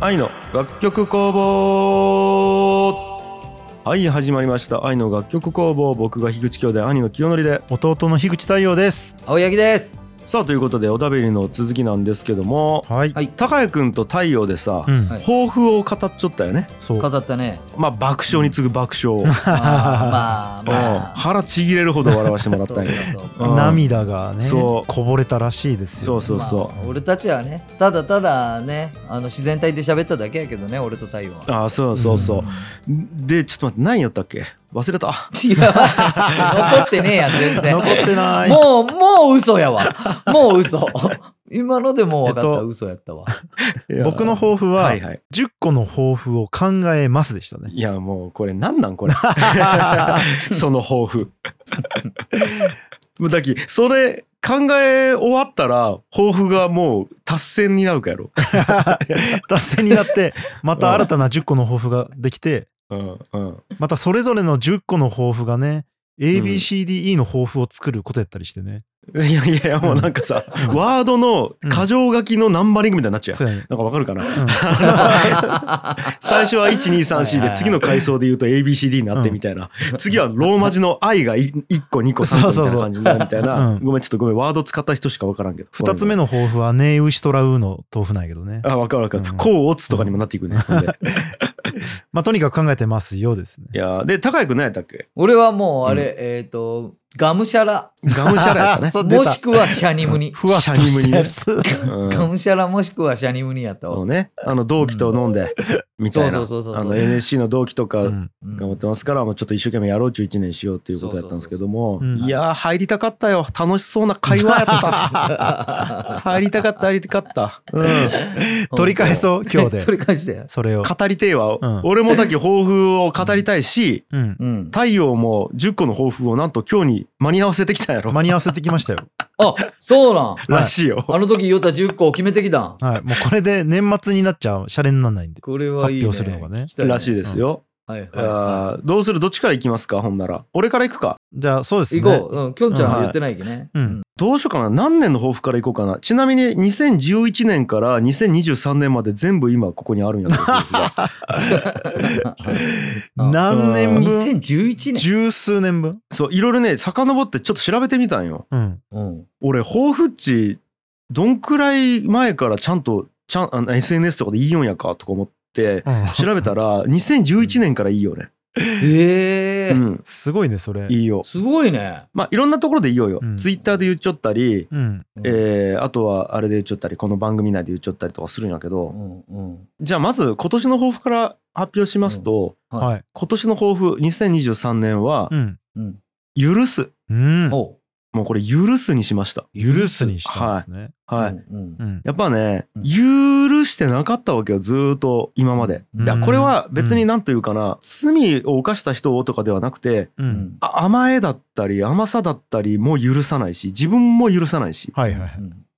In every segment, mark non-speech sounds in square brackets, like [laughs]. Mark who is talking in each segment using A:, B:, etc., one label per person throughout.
A: 愛の楽曲工房はい始まりました愛の楽曲工房僕が樋口兄弟兄の清則で
B: 弟の樋口太陽です
C: 青柳です
A: さあということでおだべりの続きなんですけども
B: はい、
C: はい
A: 高谷君と太陽でさ、
B: うん
C: はい
A: 抱負を語っちゃったよね
B: そう
C: 語ったね
A: まあ爆笑に次ぐ爆笑、うん
C: あーまあまあ
A: 腹ちぎれるほど笑わしてもら
C: [laughs]
A: ったんや
C: そうかそうか
A: うん
B: 涙がね
A: そう
B: こぼれたらしいです
A: そ
B: よ
A: うそうそう、
C: まあ俺たちはねただただねあの自然体で喋っただけやけどね俺と太陽
A: [laughs]
C: は
A: ああそうそうそう、でちょっと待って何やったっけ忘れた
C: いや残ってねえやん全然
B: 残ってない
C: もうもう嘘やわもう嘘 [laughs] 今のでもう分かった、
B: えっと
C: 嘘やったわ [laughs]
B: 僕の抱負は
A: はいはい
B: 10個の抱負を考えますでしたね
A: いやもうこれ何なんこれ [laughs] その抱負もうだきそれ考え終わったら抱負がもう達成になるかやろ、
B: [laughs] 達成になってまた新たな10個の抱負ができて
A: うんうん、
B: またそれぞれの10個の抱負がね
A: うん
B: ABCDE の抱負を作ることやったりしてね、
A: [laughs] いやいやいやもうなんかさ、ワードの箇条書きのナンバリングみたいになっちゃう、
B: そうやね
A: なんかわかるかな、
B: うん
A: 最初は1234
C: はいはい
A: で
C: はい
A: 次の階層で言うと ABCD になってみたいな、次はローマ字の I が1個2個3個みたいな感じになるみたいな
B: そうそうそううん
A: ごめんちょっとごめんワード使った人しか分からんけど
B: 2つ目の抱負はネイウシトラウの豆腐なんやけどね
A: あ分かる分かる、
B: うん
A: こう打つとかにもなっていくね、ほんで
B: まあとにかく考えてますよですね
A: いやーで高谷君何やったっけ
C: 俺はもうあれ、えっ、とガムシャラ
A: ガムシャラや
B: [laughs]
A: ったね
B: そう出た
C: もしくはシャニムニ
B: [laughs]
A: ふわっとしたやつ、うん
C: ガムシャラもしくはシャニムニやった
A: あ
C: わ
A: のねあの同期と飲んでみたいなあ
C: そうそうそうそうそう
A: の NSC の同期と
B: う
A: か
B: ん
C: うん
A: 頑張ってますから、もうちょっと一生懸命やろう中一年しようっていうことやったんですけども、
B: そうそうそうそう
A: いやー入りたかったよ楽しそうな会話やった入りたかった入りたかった、うん、
B: 取り返そう今日で
C: 取り返して。
B: それを
A: 語りてえわ、
B: うん
A: 俺もだけ抱負を語りたいし
B: うん
C: うん。
A: 太陽も10個の抱負をなんと今日に間に合わせてきたんやろ、
B: 間に合わせてきましたよ
C: あ、そうなん。
A: らしいよ、
C: あの時言った10個を決めてきたん。
B: はい、もうこれで年末になっちゃうシャレにならないんで
C: これはいい、ね。
B: 発表するのがね
C: 聞きたね
A: らしいですよ、
C: はいはい、は
A: あーどうするどっちから行きますかほんなら俺から行くか
B: じゃあそうです
C: い。
B: ね
C: 行こう。うん。きょんちゃんは言ってないけ
A: [laughs]
C: どね。
B: うん
A: どうしようかな何年の抱負から行こうかなちなみに2011年から2023年まで全部今ここにあるんやけど抱負が
B: 何年分
C: 2011年。
B: 十数年分
A: そういろいろね遡ってちょっと調べてみたんよ
B: うん
C: うん。
A: 俺抱負値どんくらい前からちゃんとちゃんあの SNS とかでいいよんやかとか思って
B: うん
A: 調べたら2011年からいいよね
C: ええ
A: う
C: ー
A: ん
B: すごいねそれ
A: いいよ
C: すごいね。
A: まあいろんなところでいいよよ、
B: うん
A: Twitter で言っちゃったり、
B: うん
A: えーあとはあれで言っちゃったりこの番組内で言っちゃったりとかするんやけど、
C: うんうん。
A: じゃあまず今年の抱負から発表しますと、
C: はい
B: はい
A: 今年の抱負2023年は
B: うん
C: うん。
A: 「許す
B: うん
C: おう。」
A: もうこれ「許す」にしました
B: 許すにしたんですね
A: はい、
C: うん
B: うん
A: やっぱね
C: うん
A: 許してなかったわけよずーっと今まで
C: うん
A: だからこれは別に何というかな罪を犯した人をとかではなくて
B: う
C: うんん。
A: あ甘えだったり甘さだったりも許さないし自分も許さないし、
B: はいはい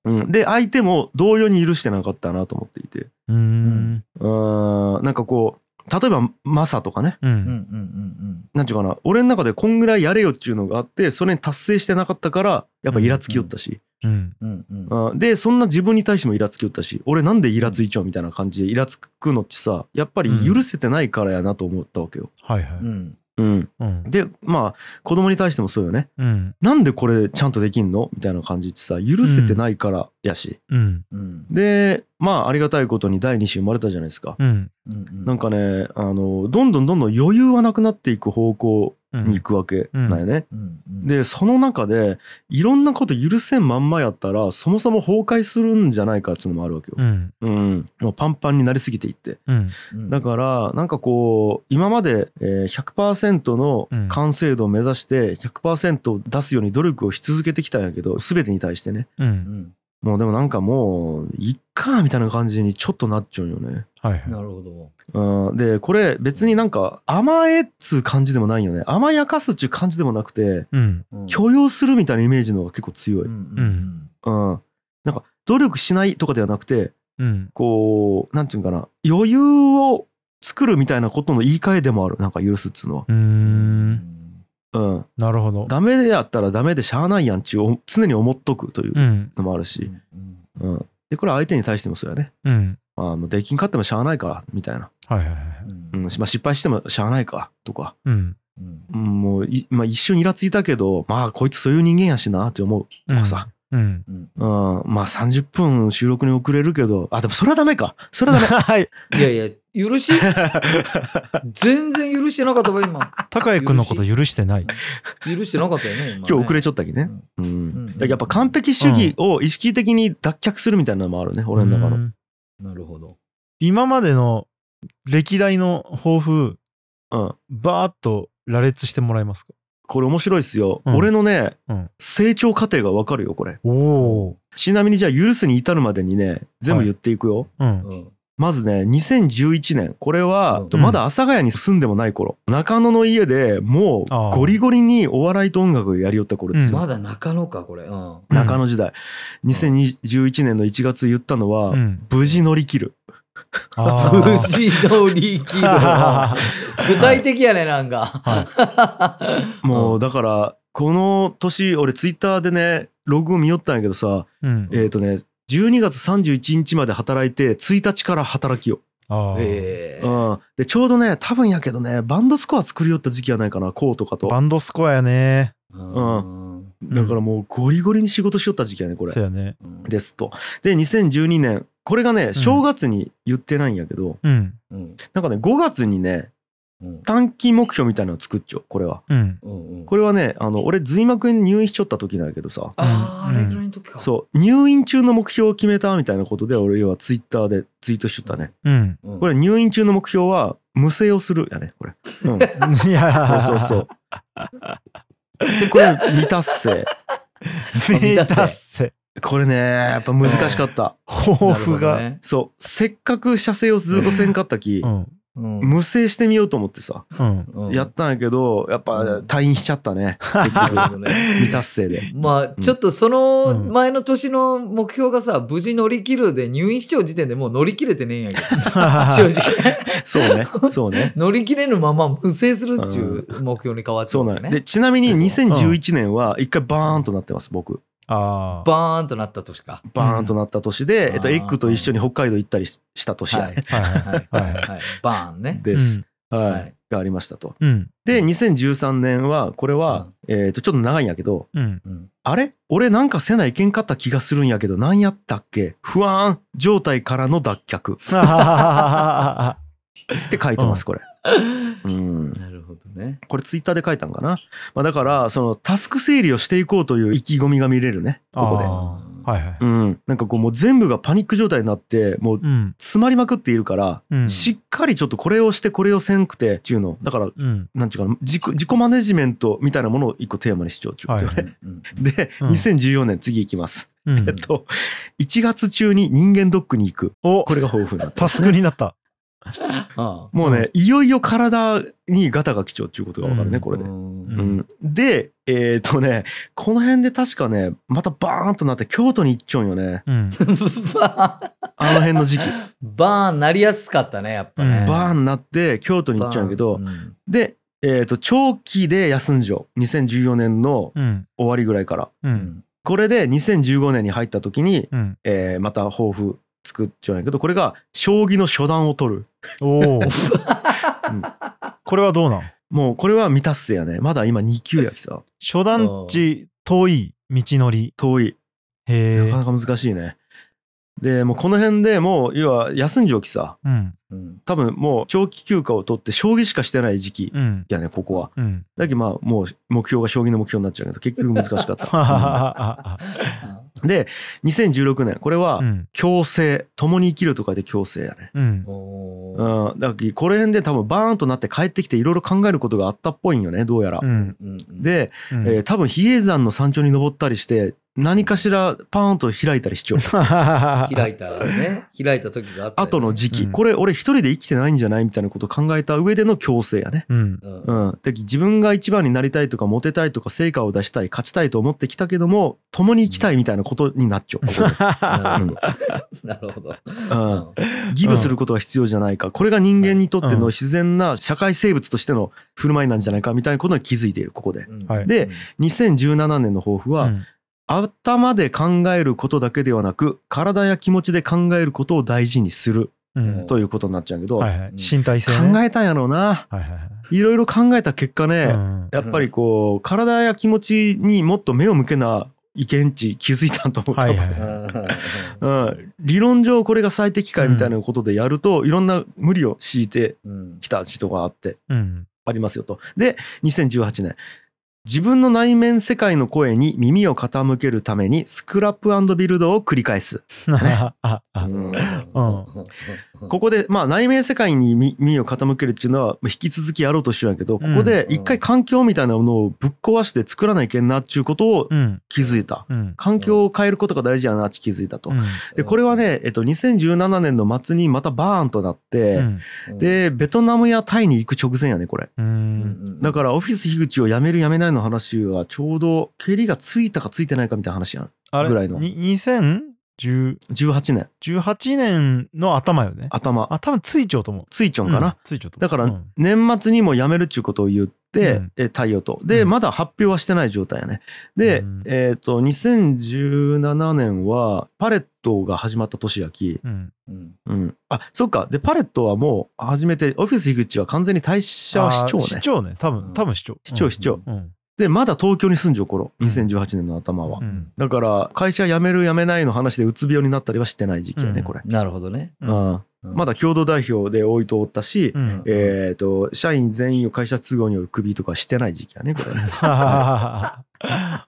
A: うん、で相手も同様に許してなかったなと思っていて
B: うん
A: うーんなんかこう例えばマサとかね
B: う
C: うんうんうんん
A: なんていうかな俺の中でこんぐらいやれよっていうのがあってそれに達成してなかったからやっぱイラつきよったし、
B: うん
C: うんうんうん。
A: あでそんな自分に対してもイラつきよったし俺なんでイラついちゃうみたいな感じでイラつくのってさやっぱり許せてないからやなと思ったわけよ。
B: はいはい
C: うん。
A: うん、
B: うん
A: でまあ子供に対してもそうよね
B: うん
A: なんでこれちゃんとできんのみたいな感じってさ許せてないからやし、
B: うん
C: うん。
A: でまあありがたいことに第2子生まれたじゃないですか。
B: うん
C: うん。
A: なんかねあのどんどんどんどん余裕はなくなっていく方向
B: うん
A: に行くわけなんよね。
C: うんうん。
A: でその中でいろんなこと許せんまんまやったらそもそも崩壊するんじゃないかっていうのもあるわけよ
B: う。ん
A: うん、もうパンパンになりすぎていって
B: うん
C: うん、
A: だからなんかこう今までえー100%の
B: うん
A: 完成度を目指して100%出すように努力をし続けてきたんやけど全てに対してね
B: う
C: うんん。
A: もうでもなんかもういっかみたいな感じにちょっとなっちゃうんよね。
B: はいはい
C: なるほど。
A: うん、でこれ別になんか甘えっつう感じでもないよね甘やかすっちゅう感じでもなくて
B: うん
C: うん
A: 許容するみたいなイメージの方が結構強い。
C: うん
A: うん、なんか努力しないとかではなくて
B: うん
A: こうなんていうんかな余裕を作るみたいなことの言い換えでもあるなんか許すっつうのは、
B: うー
C: うんん
A: うん、
B: なるほど
A: ダメでやったらダメでしゃあないやんちゅうお常に思っとくという
B: うん
A: のもあるし、うん、でこれは相手に対してもそうやね
B: うん
A: ああもうできんかってもしゃあないかみたいな、
B: はいはいはい。
C: うん
A: うんまあ、失敗してもしゃあないかとか、
B: うん。
C: うん
A: うんもういまあ、一瞬イラついたけどまあこいつそういう人間やしなって思うとかさ、
B: うん。
C: うん
A: うんまあ30分収録に遅れるけどあでもそれはダメかそれはダ
B: [laughs]
A: メ [laughs]
B: はい。
C: いやいや、許し、全然許してなかったわ、今。
B: 高井くんのこと許してない。
C: [laughs] 許してなかったよね、今。
A: 今日遅れ
C: ち
A: ちゃったきね、うん
C: ん
A: だからやっぱ完璧主義を意識的に脱却するみたいなのもあるね、俺の中の
B: うん
C: なるほど。
B: 今までの歴代の抱負、
A: うん
B: バーっと羅列してもらえますか
A: これ面白いっすよ、
B: うん
A: 俺のね、
B: うん
A: 成長過程がわかるよこれ
B: おお。
A: ちなみにじゃあ許すに至るまでにね全部言っていくよ、
B: うん。
C: うん。
A: まずね2011年これは、
C: うん
A: まだ阿佐ヶ谷に住んでもない頃中野の家でも
B: あー
A: うゴリゴリにお笑いと音楽をやりよった頃ですよ、
C: まだ中野か、これ。うん。
B: うん
A: 中野時代2011年の1月言ったのは、
B: うん。
A: 無事乗り切る
B: あー
C: 無事乗り切る。
A: [laughs]
C: 具体的やね、なんか。
A: も
C: う
A: うだからこの年俺ツイッターでねログを見よったんやけどさ
B: うん。
A: えっ、とね12月31日まで働いて1日から働きよ、
B: ああ。
C: ええ
A: うん、でちょうどね多分やけどねバンドスコア作りよった時期やないかなこうとかと
B: バンドスコアやね。
C: うん。
A: だからもうゴリゴリに仕事しよった時期やねこれ
B: そうやね。
A: ですと。で2012年これがね正月に言ってないんやけど、
B: うん。
C: うん。
A: なんかね5月にね
C: うん。
A: 短期目標みたいなのを作っちゃうこれは。
B: うん。
C: うん。うん。
A: これはねあの俺髄膜炎入院しちゃった時なんやけどさ
C: ああ、
B: うん
C: あれぐらいの時か。
A: そう入院中の目標を決めたみたいなことで俺はツイッターでツイートしちゃったね。 [laughs]
B: うん。
C: うん。
A: これ入院中の目標は無声をするやねこれ。うん、 [laughs] そ
B: いや
A: うそうそう。でこれ未達成。
B: そう。
C: 未
B: 未
C: 達成
B: 達成。
A: これねやっぱ難しかった。
B: 抱
C: なるほ
B: 負
C: ど
B: が。
C: ね。
A: そうせっかく射精をずっとせんかったき、
B: うん。
C: うん
A: 無声してみようと思ってさ、
B: うん。
C: うん
A: やったんやけどやっぱ
C: うん
A: 退院しちゃったね結
C: なるほ
A: 局
C: [laughs] どね
A: [laughs] 未達成で
C: ま
A: ん
C: あ、ちょっとそ
B: うん
C: の前の年の目標がさ、無事乗り切るで入院しちゃう時点でもう乗り切れてねえんやけど。
A: [laughs]
C: 正直。
A: そうねそうね
C: 乗り切れぬまま無制するっちゅう目標に変わっちゃ
A: そうう
C: わ
A: な
C: け
A: んや
C: ね。
A: でちなみに2011年は一回バーンとなってます僕
B: ああ。
C: バーンとなった年か。
A: バーンとなった年で、
C: うん
A: えっと、
C: あー
A: エッグと一緒に北海道行ったりしした年やね、
B: はいはい
C: はい。
B: はい
C: はい。バーン
A: [laughs]
C: ね。
A: です、はい
C: はい
A: がありましたと
B: うん。
A: で2013年はこれは、えっとちょっと長いんやけど
B: [laughs] うん。
C: うん。
A: あれ俺なんかせないけんかった気がするんやけどなんやったっけ不安状態からの脱却
B: あ
A: って書いてますこれ、うん、
C: なるほどね。
A: これツイッターで書いたんかな、まあ、だからそのタスク整理をしていこうという意気込みが見れるねここで
B: あーはいはい。
A: うんなんかこうもう全部がパニック状態になってもう
B: うん。
A: 詰まりまくっているから、
B: うん。
A: しっかりちょっとこれをしてこれをせんくてっていうのだから
B: うん。
A: なんていうかな自己自己マネジメントみたいなものを一個テーマにしちゃうっちゅうことよね、
B: は
C: うん
A: [laughs] で、
B: うん
A: 2014年次いきます、
B: うん
A: えっと1月中に人間ドックに行く
B: お
A: これが豊富
B: [laughs]
A: な
B: タスクになった。
C: あ
A: もうね、いよいよ体にガタが来ちゃうっていうことが分かるね、
B: うん
A: これで
C: う。
A: [laughs]
C: ん
B: ん
A: うんで、えっ、とね、この辺で確かね、またバーンとなって京都に行っちゃうんよね。
B: うん。
C: バーン
A: あの辺の
B: [laughs]
A: 時期。
C: バーンなりやすかったね、やっぱ
B: う
C: ね
B: ん。
A: バー
C: ン
A: ンなって京都に行っちゃうんやけど、
C: ん
A: で、えっ、と、長期で休んじゃう。2014年の
B: うん。
A: 終わりぐらいから。
B: う。
C: うんん
A: これで2015年に入った時に、
B: うん。
A: えーまた抱負作っちゃうんやけど、これが将棋の初段を取る。
B: おお。これはどうなん
A: もうこれは未達成やね。まだ今2級やきさ。
B: 初段地遠い道のり。
A: 遠い。
B: へ
A: な
B: え
A: か。なか難しいね。でもうこの辺でもう要は休んじおきさ
B: うん。
C: うん
A: 多分もう長期休暇を取って将棋しかしてない時期
B: うん。
A: やねここは。
B: うん。
A: だけどまあもう目標が将棋の目標になっちゃうけど結局難しかっ
B: はは [laughs]
A: た。
B: はは。
A: うんで2016年これは
B: うん。
A: 共生共に生きるとかで共生やね。
B: うん。
C: おー
A: うん、だからこれ辺で多分バーンとなって帰ってきていろいろ考えることがあったっぽいんよねどうやら。
B: うん。
C: うんうん
A: で、えー多分比叡山の山頂に登ったりして何かしらパーンと開いたりし
B: [laughs]
A: ちゃう。
C: 開いたね開いた時があったよね
A: 後の時期、
B: うん
A: これ俺一人で生きてないんじゃないみたいなことを考えた上での強制やね。
B: うん。
C: うん
A: うん、で自分が一番になりたいとかモテたいとか成果を出したい勝ちたいと思ってきたけども共に生きたいみたいなことになっちゃうここで
C: なるほどなるほど
A: うんギブすることが必要じゃないかこれが人間にとって
B: うん
A: の自然な社会生物としての振る舞いなんじゃないかみたいなことに気づいているここで
C: うん
B: はい
A: で2017年の抱負は、頭で考えることだけではなく体や気持ちで考えることを大事にする
B: うん
A: ということになっちゃうけど、
B: はいはい身体性ね
A: 考えたんやろうな。
B: はいはいはい
A: ろいろ考えた結果ね、
B: いうん
A: やっぱりこう体や気持ちにもっと目を向けな意見値気づいたと思った、
B: はいはいはい
A: うん、理論上これが最適解みたいなことでやると、いろんな無理を強いて
C: うん
A: きた人があって
B: うん
A: ありますよと。で2018年自分の内面世界の声に耳を傾けるためにスクラップビルドを繰り返す。
B: あああ
A: ここで、まあ、内面世界にみ耳を傾けるっていうのは引き続きやろうとしてるんやけどここで一回環境みたいなものをぶっ壊して作らないけんなっちゅうことを
B: [laughs] うん
A: 気づいた。
B: うん
A: 環境を変えることが大事やなって気づいたと。でこれはね、えっと、2017年の末にまたバーンとなって、
B: うん
A: でベトナムやタイに行く直前やねこれ
B: う
C: うんん
A: だからオフィス樋口を辞める辞めないの話がちょうど蹴りがついたかついてないかみたいな話やん
B: あれ
A: ぐらいの
B: に2018
A: 18年
B: 年の頭よね
A: 頭
B: あ多分ついちょうと思う
A: ついちょんかな、
B: うんついちょうと思
A: だ
B: う
A: から
B: うん
A: 年末にも辞めるっちゅうことを言って、
B: うん
A: え太陽とで、
B: うん
A: まだ発表はしてない状態やねで、
B: うん
A: えっ、と2017年はパレットが始まった年やき、
B: うん
C: うん
A: うん、あそっかでパレットはもう初めてオフィス樋口は完全に退社は市長
B: あ
A: ね
B: ー市長ね多
C: うん
B: 分多分市長
A: 市長市長、
B: うん
A: でまだ東京に住んじょう頃
B: うん
A: 2018年の頭は、
B: うん
A: だから会社辞める辞めないの話でうつ病になったりはしてない時期やね
B: うん
A: これ、
C: なるほどね。
A: う
B: うんん
A: まだ共同代表で大井とおったし、
B: うん
A: えー、と社員全員を会社都合によるクビとかしてない時期やねこれっ
B: [laughs] うん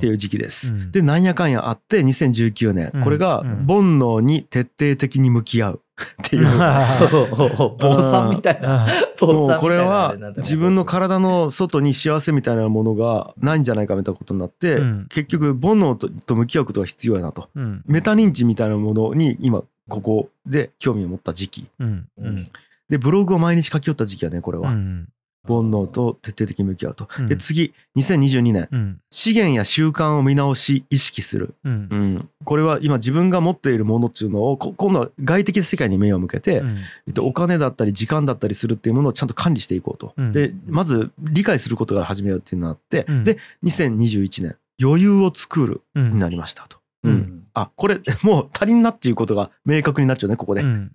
A: ていう時期です、
B: うん
A: でなんやかんやあって2019年、
B: うん
A: これが
B: うん
A: 煩悩に徹底的に向き合う [laughs] っていう、
C: [laughs] 坊さんみたいな。
A: も
C: 坊
A: う
C: さんみたいな。
A: これは自分の体の外に幸せみたいなものがないんじゃないかみたいなことになって、
B: うん
A: 結局煩悩とと向き合うことが必要やなと
B: うん
A: メタ認知みたいなものに今ここで興味を持った時期
B: うんうん
A: でブログを毎日書き寄った時期やねこれ
B: う
A: は、
B: ん
A: 煩悩と徹底的に向き合うと、
B: うん
A: で次2022年
B: うん
A: 資源や習慣を見直し意識する、
B: うん
A: うん、これは今自分が持っているものっていうのをこ今度は外的世界に目を向けて、
B: うん
A: えっとお金だったり時間だったりするっていうものをちゃんと管理していこうと、
B: うん
A: でまず理解することから始めようっていうのがあって、
B: うん
A: で2021年余裕を作る
B: うん
A: になりましたと、
B: うん
A: あこれ [laughs] もう足りんなっていうことが明確になっちゃうねここで、
B: うん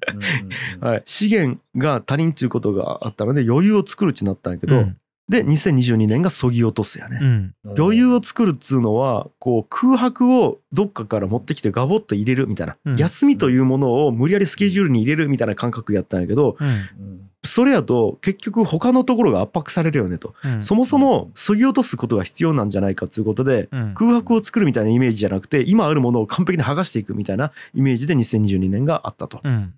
A: はい、資源が足りんっていうことがあったので余裕を作るってなったんやけど、
B: うん
A: で2022年がそぎ落とすやね、
B: うん
A: 余裕を作るっつうのはこう空白をどっかから持ってきてガボッと入れるみたいな、
B: うん
A: 休みというものを無理やりスケジュールに入れるみたいな感覚やったんやけど
B: うん
A: それやと結局他のところが圧迫されるよねと
B: うん
A: そもそもそぎ落とすことが必要なんじゃないかということで
B: うん
A: 空白を作るみたいなイメージじゃなくて今あるものを完璧に剥がしていくみたいなイメージで2022年があったと
B: うん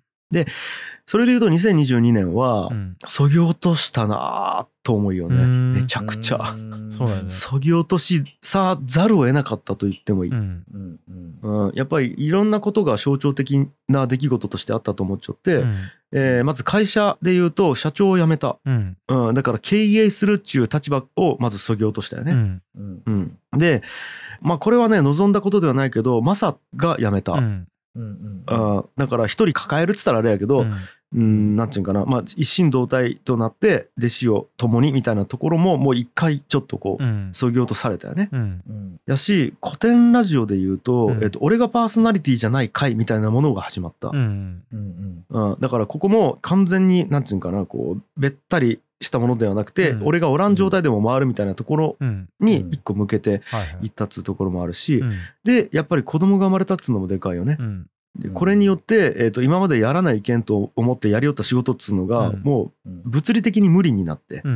A: それでいうと2022年は
B: うん
A: そぎ落としたなあと思うよね
B: うん
A: めちゃくちゃ。
B: そうだよね
A: そぎ落としさざるを得なかったと言ってもいい、う
B: うんん
C: うんうん
A: やっぱりいろんなことが象徴的な出来事としてあったと思っちゃって、
B: うん
A: えーまず会社で言うと社長を辞めた、
B: うん
A: うん、だから経営するっちゅう立場をまずそぎ落としたよ
B: う
A: ね。
B: ん
C: うん
A: うんでまあこれはね望んだことではないけどマサが辞めた。
B: う
A: うん
B: ん
C: うん
A: だから一人抱えるっつったらあれやけど、
B: うん
A: うん、なんていうんかな、まあ、一心同体となって弟子を共にみたいなところももう一回ちょっとこう、
B: うん
A: そぎ落とされたよね。
B: うん
C: うん
A: やし古典ラジオで言うと,、
B: うん
A: えっと俺がパーソナリティじゃない回みたいなものが始まった、う
B: うんん
C: うん
A: だからここも完全に何て言うんかなこうべったりしたものではなくて、
B: うん
A: 俺がおらん状態でも回るみたいなところ
B: うん
A: に
C: うん
A: 一個向けて
B: はいはい
A: いったっつうところもあるし、
B: うん
A: でやっぱり子供が生まれたっつうのもでかいよね
B: う、ん
A: でこれによって、えっと今までやらないけんと思ってやりよった仕事っつうのが、
B: うん
A: も
C: うん
A: う物理的に無理になって、
B: うん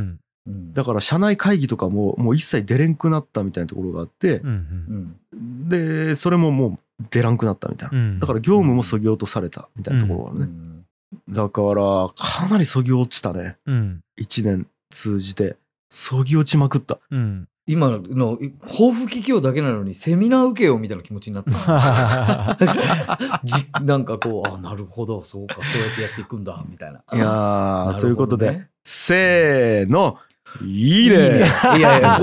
C: うん
A: だから社内会議とかももう一切出れんくなったみたいなところがあって、
B: うん
C: うん
A: でそれももう出らんくなったみたいな、
B: うん
A: だから業務もそぎ落とされたみたいなところが
C: う
A: ね、
C: ん
A: だからかなりそぎ落ちたね
B: うん
A: 1年通じてそぎ落ちまくった
B: うん
C: 今の抱負企業だけなのにセミナー受けようみたいな気持ち
A: [laughs]
C: になった。じなんかこう、あ、なるほど、そうか、そうやってやっていくんだ、みたいな。
A: いやー、
C: なるほどね
A: ということでせーのい
C: い
A: い
C: い
A: ね
C: ね。いやいや、
A: [laughs]
C: いやいやいや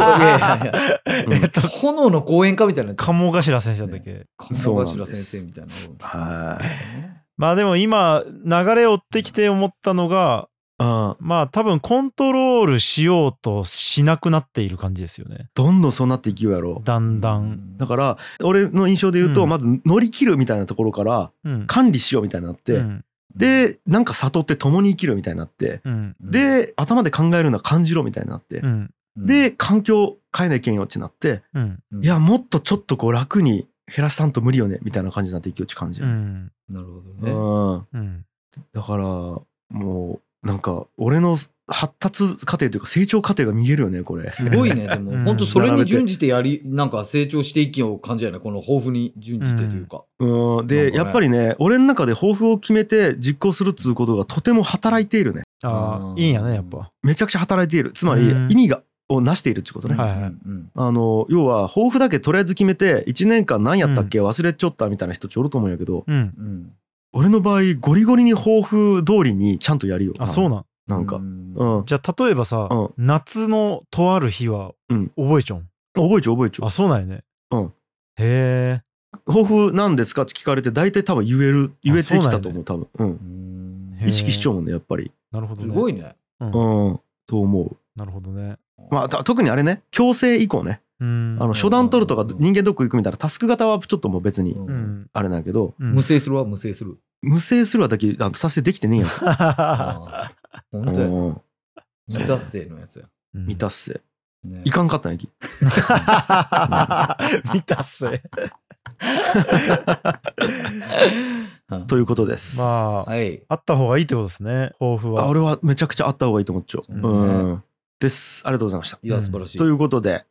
A: うん
B: えっと
C: 炎の講演家みたいな。
B: 鴨頭先生だっけ
A: そう
C: 鴨
A: なんで
C: 頭
A: す
C: 先生みたいな。
A: は
B: まあでも今流れ追ってきて思ったのが
A: い、うん、
B: まあ多分コントロールしようとしなくなっている感じですよね
A: どんどんそうなっていきようやろ
B: だんだん。
A: だから俺の印象で言うと、
B: うん
A: まず乗り切るみたいなところから
B: うん
A: 管理しようみたいになって、
B: うん
A: でなんか里って共に生きるみたいになって
B: うん。
C: うん、
A: で頭で考えるのは感じろみたいになって
B: う、ん。
C: うん、
A: で環境変えなきゃいけんよってなって、
B: うん。
C: うん
A: いやもっとちょっとこう楽に減らしたんと無理よねみたいな感じになっていきよち感じ、
B: う
A: うん
B: ん。
C: なるほ
B: う
C: どね。
B: ん。
A: だからもうなんか俺の発達過程というか成長過程が見えるよねこれ。
C: すごいね、で
B: う
C: も、
B: ん
C: 本当それに準じてやり、なんか成長していきを感じやない、この抱負に準じてというか。
A: うん、
C: なん
A: で、
C: かね
A: やっぱりね俺の中で抱負を決めて実行するっつうことがとても働いているね
B: ああ
C: う、ん
B: いいんやね、やっぱ。
A: めちゃくちゃ働いているつまり
B: うん
A: 意味がをなしているってことね、
B: はい
C: うんうん
A: あの要は抱負だけとりあえず決めて1年間何やったっけ忘れちゃったみたいな人ちょると思うんやけど、
B: うん。
C: うん
A: 俺の場合ゴリゴリに抱負通りにちゃんとやるよ
B: あ、そうなん。
A: なんか
C: う
A: うん、
B: じゃあ、例えばさ
A: うん、
B: 夏のとある日は
A: うん
B: 覚えちゃうん。
A: 覚えちゃう覚えちゃ
B: あ、そうなんやね。
A: うん。
B: へえ。
A: う抱負なんですかって聞かれて大体多分言える言えてきたと思う多分、うん
C: うん
B: へー
A: 意識しちゃうもんねやっぱり
B: なるほど
C: す
B: ね。
C: ごいね。
B: うん
A: うんと思う
B: なるほどね。
A: まあた特にあれね強制以降ね
B: うん。
A: あの初段取るとか
C: うん
A: 人間ドック行くみたいなタスク型はちょっともう別に
C: うん
B: うん。
A: あれなんやけど
B: うん
C: 無制するは無制する。
A: 無制するはだけあの達成できてねえよ
B: [laughs]
C: ああ本当やね。
A: うん
C: 未達成のやつや。
B: うん
A: 未達成
C: ね
A: いかんかったんやき
B: [laughs] 見たっ
A: [laughs]
B: せ。
C: うん
A: ということです
B: まあ
C: はい。
B: あった方がいいってことですね、抱負
A: あ
B: は。
A: 俺はめちゃくちゃあった方がいいと思っちゃう、
C: うん
A: うんですありがとうございました
C: いや、素晴らしい。
A: ということで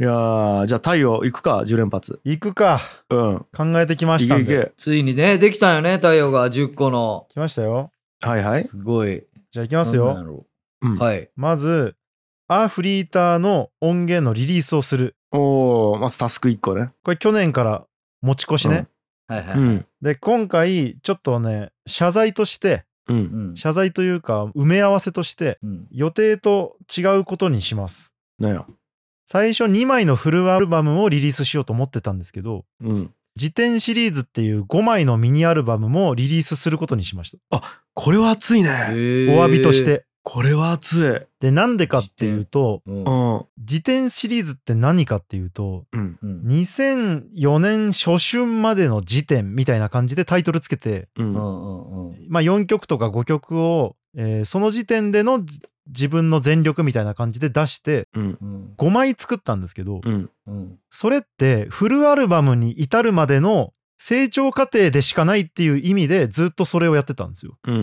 A: いやーじゃあ太陽行くか10連発
B: 行くか。
A: うん
B: 考えてきま
A: い
B: した
A: け
B: ん
A: い
B: で。
A: け
C: ついにね、できたよね、太陽が10個の。
B: 来ましたよ。
A: はいはい
C: すごい。
B: じゃあ行きます
C: なんなん
B: よ。
C: やろ
A: う
C: うんはい。
B: まず、アフリーターの音源のリリースをする。
A: おおまずタスク1個ね
B: これ去年から持ち越しね。
C: はいは
A: う
C: いはい。
A: ん
B: で、今回、ちょっとね、謝罪として、
A: うん、
C: うん。
B: 謝罪というか、埋め合わせとして、
C: うん
B: 予定と違うことにします。
A: なんや
B: 最初2枚のフルアルバムをリリースしようと思ってたんですけど、
A: うん
B: 辞典シリーズっていう5枚のミニアルバムもリリースすることにしました。
A: これは熱いね、
B: お詫びとし。て。
A: これは熱い
B: で、なんでかっていうと、
C: へーうん
A: うん
B: 辞典シリーズって何かっていうと、
A: うん
C: うん
B: 2004年初春までの辞典みたいな感じでタイトルつけて、
A: う
C: うんんうんうん。
B: まあ4曲とか5曲を、えーその時点でのじ自分の全力みたいな感じで出して、
A: うん
C: うん
B: 5枚作ったんですけど、
A: うん
C: うん
B: それってフルアルバムに至るまでの成長過程でしかないっていう意味でずっとそれをやってたんですよ。
A: う
C: うんうん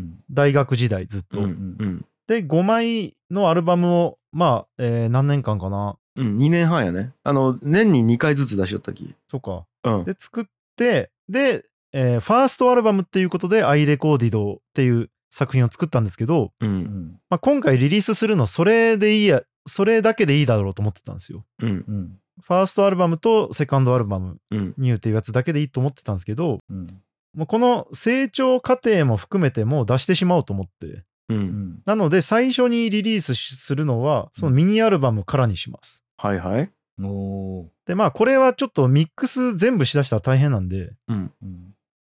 C: ん
B: 大学時代ずっと。
A: うんうん
B: で、5枚のアルバムを、まあ、えー何年間かな。
A: うん2年半やねあの年に2回ずつ出しよったき
B: そうか。
A: うん
B: で、作って、で、えーファーストアルバムっていうことで、アイレコーディドっていう作品を作ったんですけど、
A: う
C: うんん
B: まあ、今回リリースするの、それでいいや、それだけでいいだろうと思ってたんですよ。
A: うん
C: うん
B: ファーストアルバムとセカンドアルバム、
A: うん
B: ニューっていうやつだけでいいと思ってたんですけど、
C: うん
B: もうこの成長過程も含めてもう出してしまおうと思って。
A: う
C: うんん
B: なので、最初にリリースしするのは、そのミニアルバムからにします。
A: はいはい
C: おー
B: でまあこれはちょっとミックス全部しだしたら大変なんで
C: うん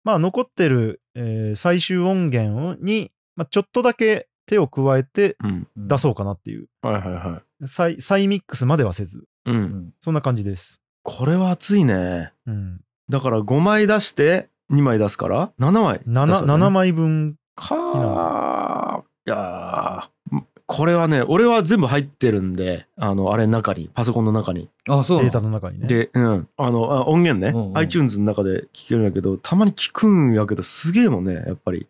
B: まあ残ってる、えー最終音源をに、まあ、ちょっとだけ手を加えて
A: うん
C: うん
B: 出そうかなっていう
A: はいはいは
B: 再再ミックスまではせず
A: いうん
C: うん
B: そんな感じです
A: これは熱いね
B: うん
A: だから5枚出して2枚出すから7枚出すわけね、
B: 7, 7枚分
A: かいやーこれはね俺は全部入ってるんであのあれの中にパソコンの中に
C: あ、そ
B: デ
C: う
B: ー
C: な
B: タ
C: の。
B: の中にね
A: で、うん、あのあ音源ね、
C: うんうん
A: iTunes の中で聴けるんやけどたまに聞くんやけどすげえもんねやっぱり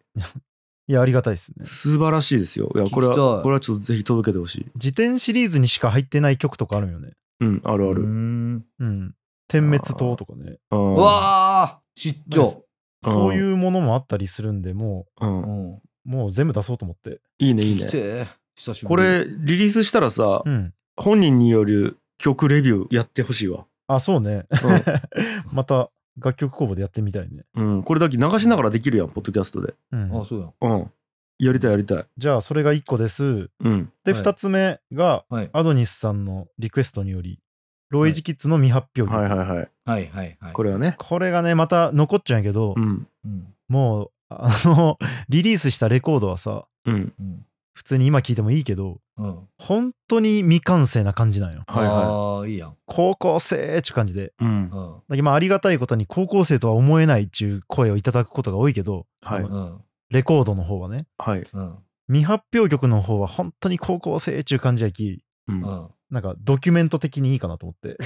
B: いやありがたいですね
A: 素晴らしいですよいや
C: 聞きたい
A: これはこれはちょっとぜひ届けてほしい
B: 辞典シリーズにしか入ってない曲とかあるよね
A: うんあるあ
C: うー
A: る、
C: ん
B: うん点滅灯とかね
A: うん、
C: うわー出張。
A: うん
B: そういうものもあったりするんでも
A: うん
C: うん
B: うもう全部出そうと思って
A: いいねいい
C: 来
A: ね
C: て、久しぶり。
A: これリリースしたらさ、
B: うん
A: 本人による曲レビューやってほしいわ、
B: あそうね [laughs] また楽曲公募でやってみたいね
A: うんうんこれだけ流しながらできるやんポッドキャストで
B: うん
C: あ、そうや。
A: うんやりたいやりたい
B: じゃあそれが1個です。
A: うん
B: で、
C: はい
B: 2つ目が
C: はい。
B: アドニスさんのリクエストにより、ロイジキッズの未発表曲。
A: はいはいはい
C: はいはいはい。
A: これはね
B: これがね、また残っちゃうんやけど
A: う、ん
C: うん
B: もう、あの、リリースしたレコードはさ、
A: うん
C: うん
B: 普通に今聞いてもいいけど
C: うん。
B: 本当に未完成な感じなんよ
A: はいは
C: ああ、いいやん。
B: 高校生っちゅう感じで
A: い。うん
C: う。ん。
B: だけどまあありがたいことに高校生とは思えないっちゅう声をいただくことが多いけど
A: はい
C: うん。
B: レコードの方はね
A: はい。
C: うん。
B: 未発表曲の方は本当に高校生っちゅう感じやき
A: うん
C: うん。
B: なんかドキュメント的にいいかなと思って、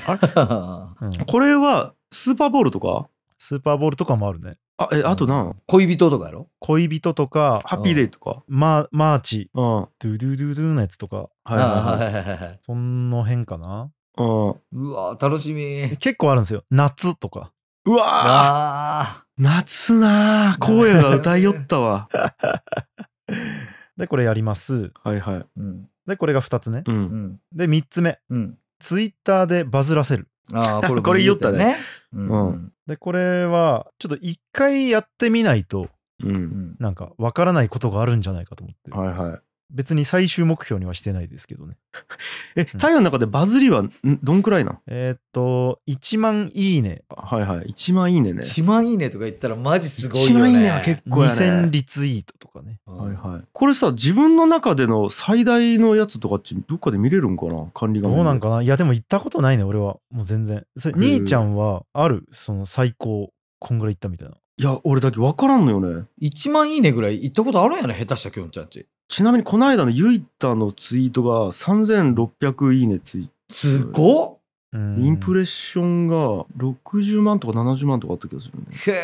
C: [laughs]
B: うん
A: これはスーパーボールとか
B: スーパーボールとかもあるね
A: あ、え、あとな、
C: 恋人とかやろ
B: 恋人とか
A: ハッピーデイとか
B: ママーチ
A: うん。は
B: ドゥドゥドゥドゥのやつとか
A: いはいはい。
C: いはいはい。
B: その辺かな
A: うん。
C: うわー、楽しみ。
B: 結構あるんですよ夏とか
A: うわー
C: あ
A: 夏なあ声が歌いよった [laughs] わ。
B: でこれやります
A: はいはい。
C: ー。うん。
B: でこれが2つね
A: う。
C: うんん。
B: で3つ目
C: うん。
B: ツイッターでバズらせる
C: ああ、これ、
A: これ言ったね。
C: うん。
A: う
C: うんん。
B: でこれはちょっと一回やってみないと
A: う。
C: うんん。
B: なんかわからないことがあるんじゃないかと思って
A: はいはい。
B: 別に最終目標にはしてないですけどね
A: え、太陽の中でバズりはんどんくらいなん
B: えーっと1万いいね
A: はいはい。一番いいねね。
C: 1万いいねとか言ったらマジすごいよね。
A: 一番いいねは結構や
B: 2000
A: ね。
B: リツイートとかね
C: うん
A: はいはい。これさ、自分の中での最大のやつとかってどっかで見れるんかな管理画
B: ど
A: 面で。
B: うなんかないやでも行ったことないね俺はもう全然それ
A: うん
B: 兄ちゃんはあるその最高こんぐらい行ったみたいない
A: や、俺だけわからんのよね。
C: 1万いいねぐらい行ったことあるんやね、下手したきょんちゃんち。
A: ちなみにこの間のユイタのツイートが3600いいねついて、
C: すごっ
B: うん
A: インプレッションが60万とか70万とかあった気がするね。
C: へえ。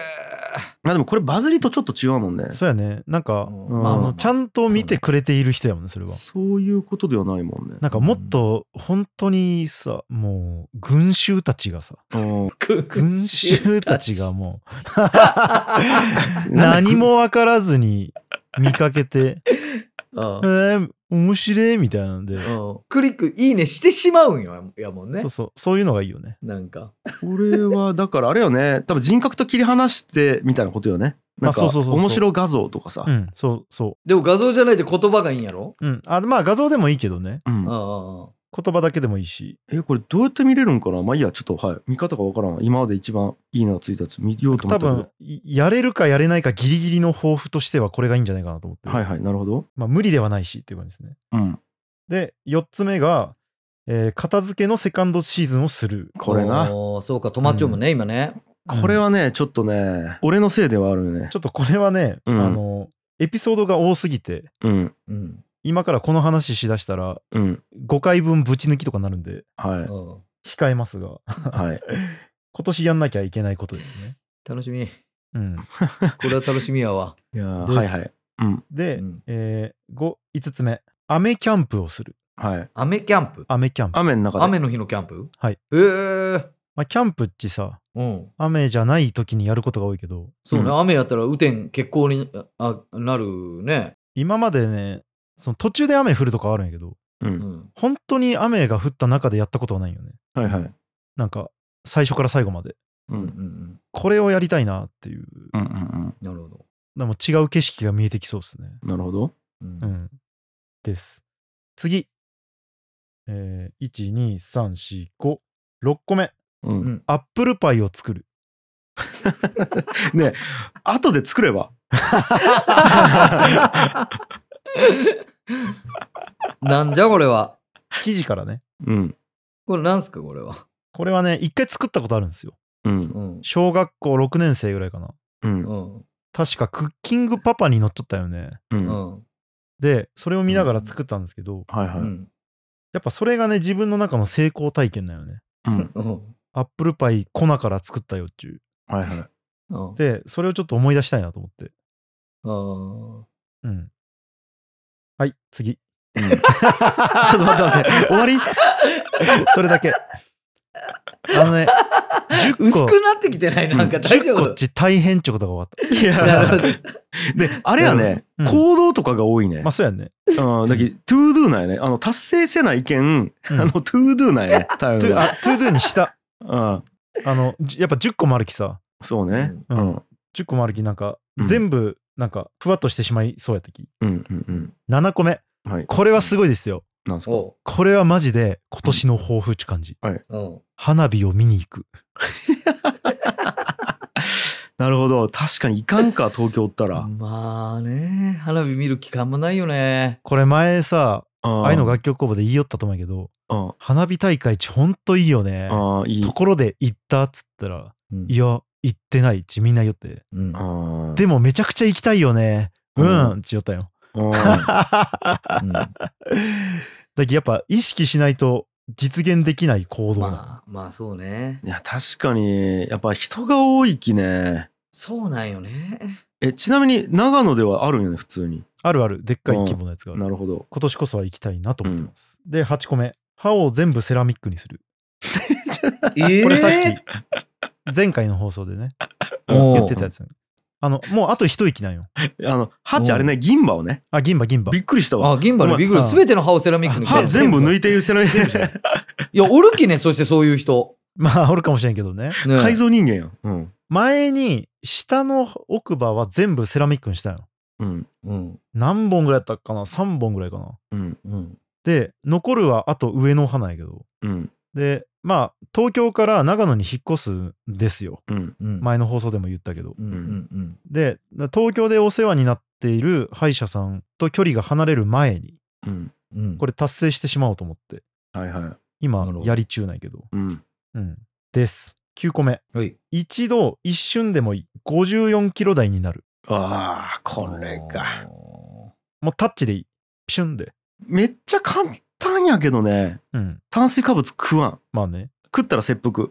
A: まあでもこれバズりとちょっと違うもんね。
B: そうやねなんか、
A: ん
B: あ
A: ま
B: のちゃんと見てくれている人やもんねそれは
A: そういうことではないもんね。
B: なんかもっと本当にさもう群衆たちがさ
A: うん
B: 群衆たちが。も
A: なん
B: う
A: だ
B: 何も分からずに見かけ
A: [laughs]
B: て「え
C: うん
B: ー、面白い」みたいなんで
C: うんクリック、いいねしてしまうんよ、やもんね
B: そう。そうそういうのがいいよね
C: なんか。
A: これはだからあれよね多分人格と切り離してみたいなことよねなんか
B: あそうそうそうそう
A: 面白画像とかさ、
B: うんそうそ
C: でも画像じゃないで言葉がいいんやろ
B: ううんあまあ画像でもいいけどね
A: うん
C: うんうんうん。
B: 言葉だけでもいいし
A: えこれどうやって見れるんかなまあいいやちょっとはい見方がわからん今まで一番いいながついたやつ見ようと思
B: 多
A: ったけ
B: 分
A: ど
B: いやれるかやれないかギリギリの抱負としてはこれがいいんじゃないかなと思って、
A: はいはいなるほど
B: まあ無理ではないしっていう感じですね
A: うん
B: で4つ目が、えー片付けのセカンドシーズンをする
A: これな
C: おー。そうか、止まっちゃうもんね、今ね。
A: これはねちょっとね俺のせいではあるよね
B: ちょっとこれはね、
A: うん
B: あのエピソードが多すぎて
A: うん
C: うん。
B: 今からこの話しだしたら
A: うん
B: 5回分ぶち抜きとかなるんで
A: はい
C: うん
B: 控えますが [laughs]
A: はい
B: 今年やんなきゃいけないことですね。
C: 楽しみ。こ
B: うん、
C: れは楽しみやわ。
A: いやー
B: です
A: はいはいうん
B: で、
C: うん
B: えー、5, 5つ目「雨キャンプをする
A: はい」
C: 雨キャン
B: 「
C: プ
B: 雨キャンプ」
A: 雨の中で
C: 雨の日のキャンプ
B: はい。
C: ええ。
B: まあ、キャンプっちさ
C: うん。
B: 雨じゃない時にやることが多いけど
C: そうね、
A: うん
C: 雨やったら雨天欠航にあなるね。
B: 今までねその途中で雨降るとかあるんやけど
A: う
C: うんん。
B: 本当に雨が降った中でやったことはないよね
A: はいはい
B: なんか最初から最後まで
A: う
C: うんうんん
B: これをやりたいなっていう
A: うんうんうん
C: うん。なるほど。
B: でも違う景色が見えてきそうですね
A: なるほど
C: うん
B: うんです次えー、12345 6個目
A: う
C: うんん
B: アップルパイを作る
A: ね後で作れば
C: [laughs] なんじゃこれは。
B: 生地からね
A: うん
C: これなんすかこれは。
B: これはね一回作ったことあるんですよ
A: うん
C: うん。
B: 小学校6年生ぐらいかな
A: うん
C: うん。
B: 確かクッキングパパに乗っちゃったよね
A: うん
C: [laughs] う
A: はい
C: ん。、
B: でそれを見ながら作ったんですけど、
A: はいう
C: ん。
B: やっぱそれがね自分の中の成功体験だよね
A: うん、
C: うん。
B: アップルパイ粉から作ったよっちゅう
A: はいはい
C: うん
B: でそれをちょっと思い出したいなと思って
C: うん
B: うんはい
A: ち
B: 次
A: ょっと待って待って終わり [laughs]
B: [laughs] それだけあのね10個
C: 薄くなってきてないなんか [laughs] 大丈
B: 10個
C: 夫
B: っ。ち大変っちゅうことが分かっ
A: い
C: なるほ
A: や
C: ど。 [laughs]
A: であれやね、
B: うん
A: 行動とかが多いね、
B: たまあそうやんね
A: うん、だけどトゥードゥなんやねあの達成せないけん、
B: うん
A: あのトゥードゥなんや
B: [laughs]
A: ね太
B: ト
A: 陽
B: ゥ
A: が
B: あトゥードゥにした
A: うん
B: あのじやっぱ10個もあるきさ、
A: そうね
B: う
A: うんん
B: 10個もあるきなんか、
A: うん
B: 全部なんかふわっとしてしまいそうやったき
A: うんうん
B: 7個目
A: うんはい
B: これはすごいですよ
A: なんすか
C: おう
B: これはマジで今年の抱負っちゅう感じ
C: うん。
B: 花火を見に行く
A: なるほど確かにいかんか東京おったら、
C: まあね花火見る期間もないよね
B: これ前さ
A: あ
B: 愛の楽曲工房で言いよったと思うんやけど
A: あ
B: 花火大会ちほんといいよね
A: あいい
B: ところで行ったっつったら
C: うん
B: いや行ってないっちみんな言って
C: うん
A: あー
B: でもめちゃくちゃ行きたいよねうんっち言ったよ [laughs]
A: あ
B: だ
C: うん
B: けどやっぱ意識しないと実現できない行動な
C: まあまあそうね
A: ーいや確かにやっぱ人が多いきね
C: そうなんよね
A: えちなみに長野ではあるんよね普通に
B: あるあるでっかい規模のやつがある
A: なるほど
B: 今年こそは行きたいなと思ってますで8個目歯を全部セラミックにする
C: [laughs] えー
B: これさっき前回の放送でね
C: おう
B: 言ってたやつあのもうあと一息なんよ
A: あのハチあれね銀歯をね
B: あ銀歯銀歯
A: びっくりしたわ
C: あ銀歯
A: お
C: の
A: 前
C: ビッグル
B: あ
C: すべての歯をセラミックに
B: あ
A: 歯
C: い
A: 全部抜いてる背中に
C: やおるきねそしてそういう人、
B: [laughs] まあおるかもしれんけどね
C: ね、
A: 改造人間やんうん
B: 前に下の奥歯は全部セラミックにしたよ
A: うん
C: うん
B: 何本ぐらいやったかな3本ぐらいかな
A: うん
C: うん
B: で残るはあと上の歯なんやけど
A: うん
B: でまあ東京から長野に引っ越すんですよ
A: うん
C: うん
B: 前の放送でも言ったけど
C: うんうん
B: で東京でお世話になっている歯医者さんと距離が離れる前に
A: うん
C: うんうん
B: これ達成してしまおうと思って
A: はいはい
B: 今
C: なるほど
B: やり中なんやけど
A: うん
B: うんです9個目
C: はい
B: 一度一瞬でもいい54キロ台になる
A: ああこれか
B: もうタッチでいいピシュンで
A: めっちゃ簡単やけどね
B: うん
A: 炭水化物食わん
B: まあね
C: [laughs]
A: 食ったら切腹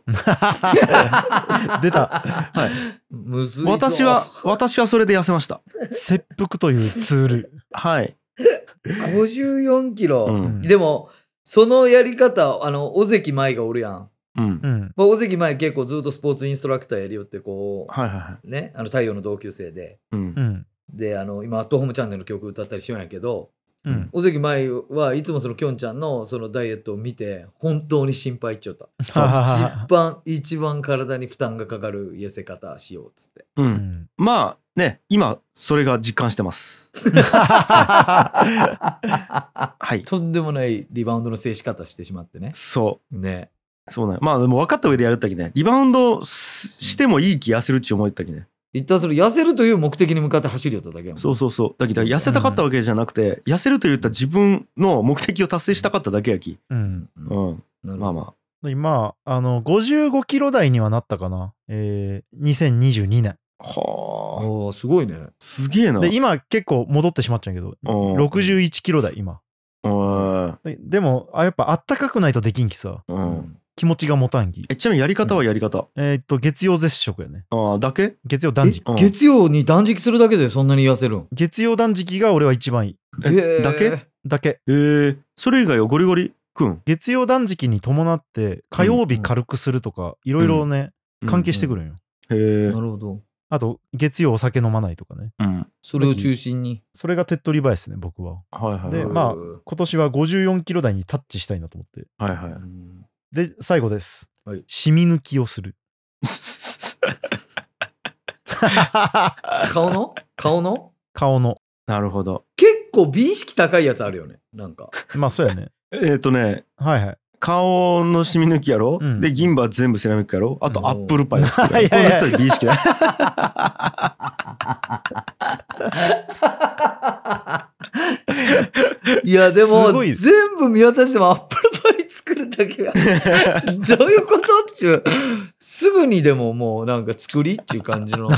B: 出た
A: はい
C: [laughs]
A: [laughs]
C: むずいぞ
A: 私は私はそれで痩せました
B: 切腹というツール
C: [laughs]
A: はい
C: 54キロ、
A: うん
C: でもそのやり方あの尾関舞がおるやん、
A: うん
B: うん
C: まあ、尾関舞結構ずっとスポーツインストラクターやりよってこ
A: はいはいはいう
C: ねあの太陽の同級生で
A: うん
B: うん
C: であの今アットホームチャンネルの曲歌ったりしようんやけど
B: うん
C: 尾関舞はいつもそのきょんちゃんのそのダイエットを見て本当に心配っちゃった
A: そう
C: 一番一番体に負担がかかる痩せ方しようっつ
A: [laughs]
C: って
A: う
B: うんん
A: まあね今それが実感してます
C: [laughs]
A: はい
C: とんでもないリバウンドの制し方してしまってね
A: そ
C: ね
A: うそうなんやまあでも分かった上でやるったきねリバウンドししてもいい気痩せるっちゅう思いったきね
C: 一旦それ痩せるという目的に向かって走りよっただけやもん
A: そうそうそうだきだから痩せたかったわけじゃなくて、痩せるといった自分の目的を達成したかっただけやき
B: うん
C: うん
A: うん
C: なるほど
A: まあま
B: で今あの55キロ台にはなったかなえー2022年
A: あはあ
C: おーすごいね。
A: すげえな
B: で今結構戻ってしまっちゃうけど
A: うん
B: 61キロ台今
A: うん
B: ででもあやっぱあったかくないとできんきさ
A: う。
C: うん
B: 気持ちが持たんき
A: えちなみにやり方はやり方、
B: えーっと月曜絶食やね
A: ああだけ
B: 月曜断食
A: うん
C: 月曜に断食するだけでそんなに痩せるん。
B: 月曜断食が俺は一番いい
A: え
C: へー
A: だけ
B: だけ
A: えー、それ以外はゴリゴリくん
B: 月曜断食に伴って火曜日軽くするとかいろいろね関係してくるんよ
A: へえ
C: なるほど。
B: あと月曜お酒飲まないとかね
A: うん
C: それを中心に。
B: それが手っ取り早いですね僕は
A: はいはい
B: で
A: はい
B: まあ
C: う
B: 今年は54キロ台にタッチしたいなと思って
A: はいはい [laughs]
C: ん
B: で最後です、
C: はい
B: 染み抜きをする
C: 顔の顔の
B: 顔の
A: なるほど
C: 結構美意識高いやつあるよね。なんか。
B: まあそうやね
A: えっ、とね
B: はいはい
A: 顔の染み抜きやろ、
B: うん
A: で銀歯全部セラミックやろあ
C: う
A: と
C: ん
A: アップルパイを作る
B: い
A: やろこ
B: [laughs] やい
A: れ
B: や
A: 3つは美意識だ [laughs]
C: いやですも
B: ごいです
C: 全部見渡してもアップルパイ作る
A: [laughs]
C: だけがどういうことっちゅうすぐにでももうなんか作りっちゅう感
A: [laughs]
C: じの
A: ま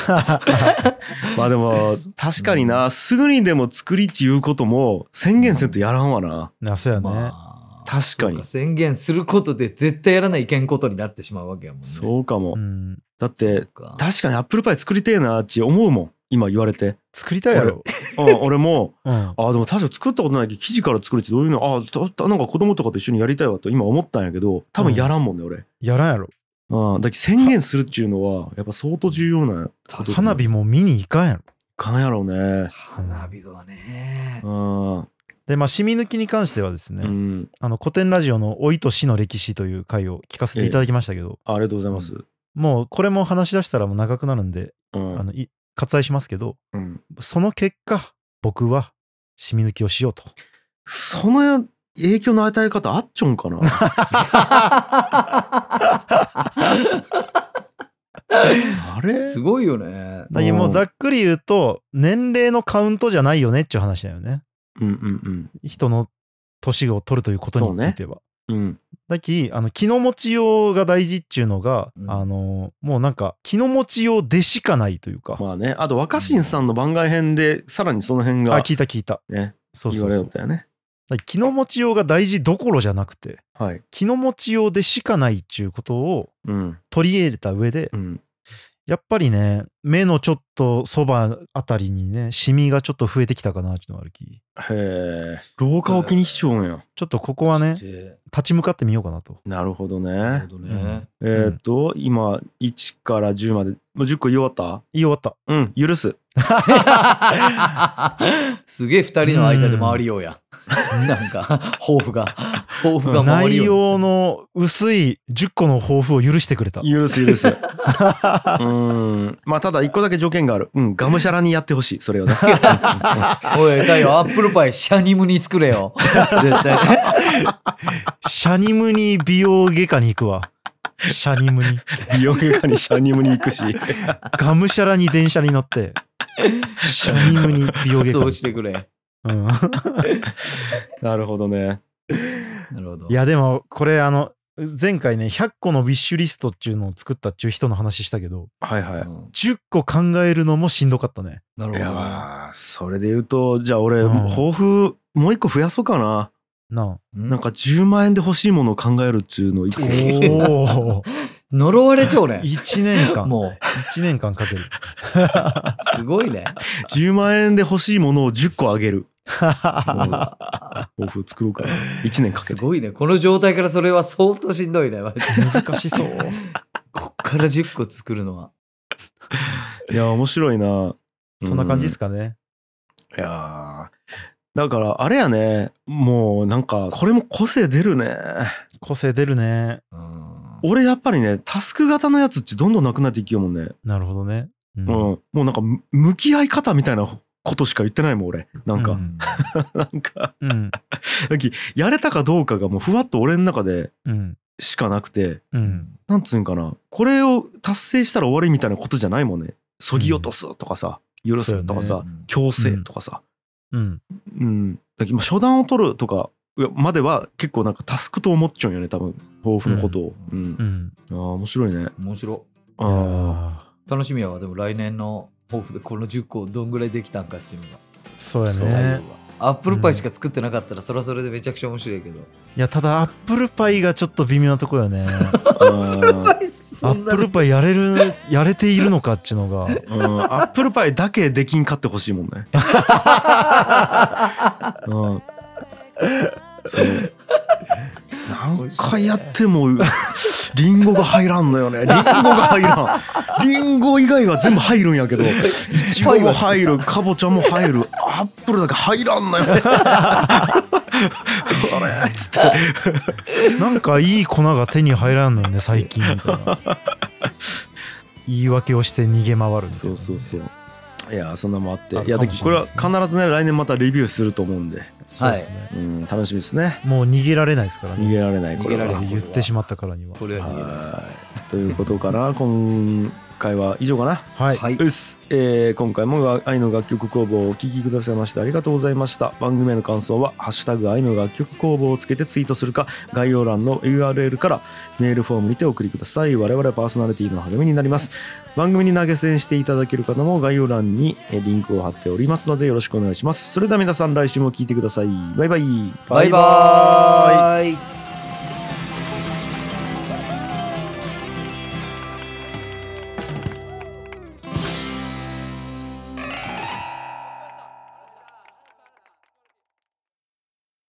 A: あでも確かにな、すぐにでも作りちいうことも宣言せんとやらんわな
B: なそうやね、
C: まあ
A: 確かに
C: そう宣言することで絶対やらないけんことになってしまうわけやもんね
A: そうかも、
B: うん
A: だって
C: か
A: 確かにアップルパイ作りてえなって思うもん今言われて、
B: 作りたいやろ、
A: うん、 [laughs] 俺も
B: うん、
A: あでも確かに作ったことないけど生地から作るってどういうのあたたなんか子供とかと一緒にやりたいわと今思ったんやけど多分やらんもんね、俺。
B: やらんやろ
A: うん、だけど宣言するっていうのはやっぱ相当重要なこと
B: 花火も見に行かんやろ
A: かんやろうね。
C: 花火はね
A: うん
B: でまあ染み抜きに関してはですね、
A: うん、
B: あの古典ラジオの「老いと死の歴史」という回を聞かせていただきましたけど、
A: ありがとうございます。
B: もうこれも話し出したらもう長くなるんで、
A: うん
B: あのい割愛しますけど
A: うん
B: その結果僕は染み抜きをしようと
A: その影響の与え方あっちょんかなあれね。
C: すごいよね。
B: だからもうざっくり言うと年齢のカウントじゃないよねっていう話だよね
A: うんうん
B: 人の年を取るということについては、
A: うん。うん。
B: だきあの気の持ちようが大事っちゅうのが、
C: うん
B: あのもうなんか気の持ちようでしかないというか、
A: まあね、あと若新さんの番外編でさらにその辺
B: あ
A: が
B: 聞いた聞いた
A: ね、
B: そう
A: 言
B: そ
A: わ
B: う
A: れ
B: そ
A: る
B: うん
A: だよね。
B: だから気の持ちようが大事どころじゃなくて
A: はい。
B: 気の持ちようでしかないっちゅうことを
A: うん。
B: 取り入れた上で
A: うん。
B: やっぱりね目のちょっとそばあたりにねシミがちょっと増えてきたかなっていうのがあるき
A: へえ。老化を気にしちゃうんや。
B: ちょっとここはね
C: そして
B: 立ち向かってみようかなと
A: なるほど
C: なる
A: ね
C: ほ。どね。
A: えっと、今、1から10まで、もう10個言い終わっ
B: 言い終わった
A: たうん、許す。
C: [laughs] すげえ二人の間で回りようや。 [laughs] なんか、抱負が、抱負が回り
B: 内
C: よう。
B: 容の薄い10個の抱負を許してくれた
A: 許す許す。 [laughs] うーん。まあ、ただ、1個だけ条件がある。うん、がむしゃらにやってほしい、そ [laughs] れをね。
C: おい、太陽、アップルパイ、シャニムに作れよ。絶対。
B: シャニムに美容外科に行くわシャニムに
A: 美容外科にシャニムに行くし。
B: がむしゃらに電車に乗ってシャニムに美容外科に
C: [laughs] そうしてくれ。
B: うん
A: [laughs] なるほどね。
C: なるほど。
B: いやでもこれあの前回ね100個のウィッシュリストっていうのを作ったっていう人の話したけど
A: はいは
C: う
A: い。
C: ん
B: 10個考えるのもしんどかったね
C: なるほど
A: い
C: ね
A: や。まあそれで言うとじゃあ俺、
B: うん
A: 抱負もう一個増やそうかな、
C: [laughs]
B: なあ
A: なんか10万円で欲しいものを考えるっつうのを [laughs] 一個
B: おお
C: 呪われちゃうね。
B: 1年間
C: もう、
B: 1年間かける
C: すごいね。
A: 10万円で欲しいものを10個あ [laughs] げる
C: もう
A: 抱負作ろうかな1年かけ
C: す
A: て
C: ごいね。この状態からそれは相当しんどいね。マジで
B: 難し
C: [laughs]
B: そう
C: こっから10個作るのは。
A: いや面白いな
B: そんな感じですかね
A: いやーだからあれやねもうなんかこれも個性出るね
B: 個性出るね
C: うん
A: 俺やっぱりねタスク型のやつっちどんどんなくなっていきよもんね
B: なるほどねうん
A: うん、もうなんかむ向き合い方みたいなことしか言ってないもん俺なんか、 [laughs]
B: う
A: なんか
B: うん
A: なんかやれたかどうかがもうふわっと俺の中で
B: うん
A: しかなくて
B: うん
A: なんつうんかなこれを達成したら終わりみたいなことじゃないもんねそぎ落とすとかさ許すとか
B: そう
A: さ、
B: よ
C: うん
A: 強制とかさ、
B: うん
A: うんだけどまあ初段を取るとかまでは結構なんかタスクと思っちゃうんよね多分抱負のことを、う
C: うん
B: うん
A: あー面白いね
C: 面白
A: あー
C: い楽しみやわでも来年の抱負でこの10個どんぐらいできたんかっていうのが
B: いやーそうや
C: そうだよ
B: ね
C: アップルパイしか作ってなかったらそれはそれでめちゃくちゃ面白いけど
B: いやただアップルパイがちょっと微妙なとこよね
A: あ
C: パイそ
B: ア
C: ん
B: ッ
C: な
B: プル
C: の
B: パイやれるやれているのかっちゅうのが
A: ーうんアップルパイだけできんかってほしいもん
B: [laughs]
A: ねうんそう何回やってもリンゴが入らんのよねリンゴが入らんリンゴ以外は全部入るんやけどいちごも入るかぼちゃも入るアップルだけ入らんのよ
B: [laughs]
A: ねあれっつって
B: なんかいい粉が手に入らんのよね最近みたいな言い訳をして逃げ回るみたいな
A: そうそうそういやそんなもんあって
B: あ
A: いや
B: か
A: で
B: もしれないですね
A: これは必ずね来年またレビューすると思うんで
B: そうですね、
A: うん楽しみですね
B: もう逃げられないですから
A: 逃
B: ね
A: げられないこれは
C: 逃げられない
B: 言ってしまったからには
C: これは逃げな
A: はいということかな今回は以上かな
B: はい
C: いはいう
A: っす、えー今回もが愛の楽曲工房をお聴きくださいましてありがとうございました番組への感想は「ハッシュタグ愛の楽曲工房」をつけてツイートするか概要欄の URL からメールフォームにてお送りください我々パーソナリティの励みになります番組に投げ銭していただける方も概要欄にえーリンクを貼っておりますのでよろしくお願いしますそれでは皆さん来週も聴いてくださいバイバイ
C: バイバーイ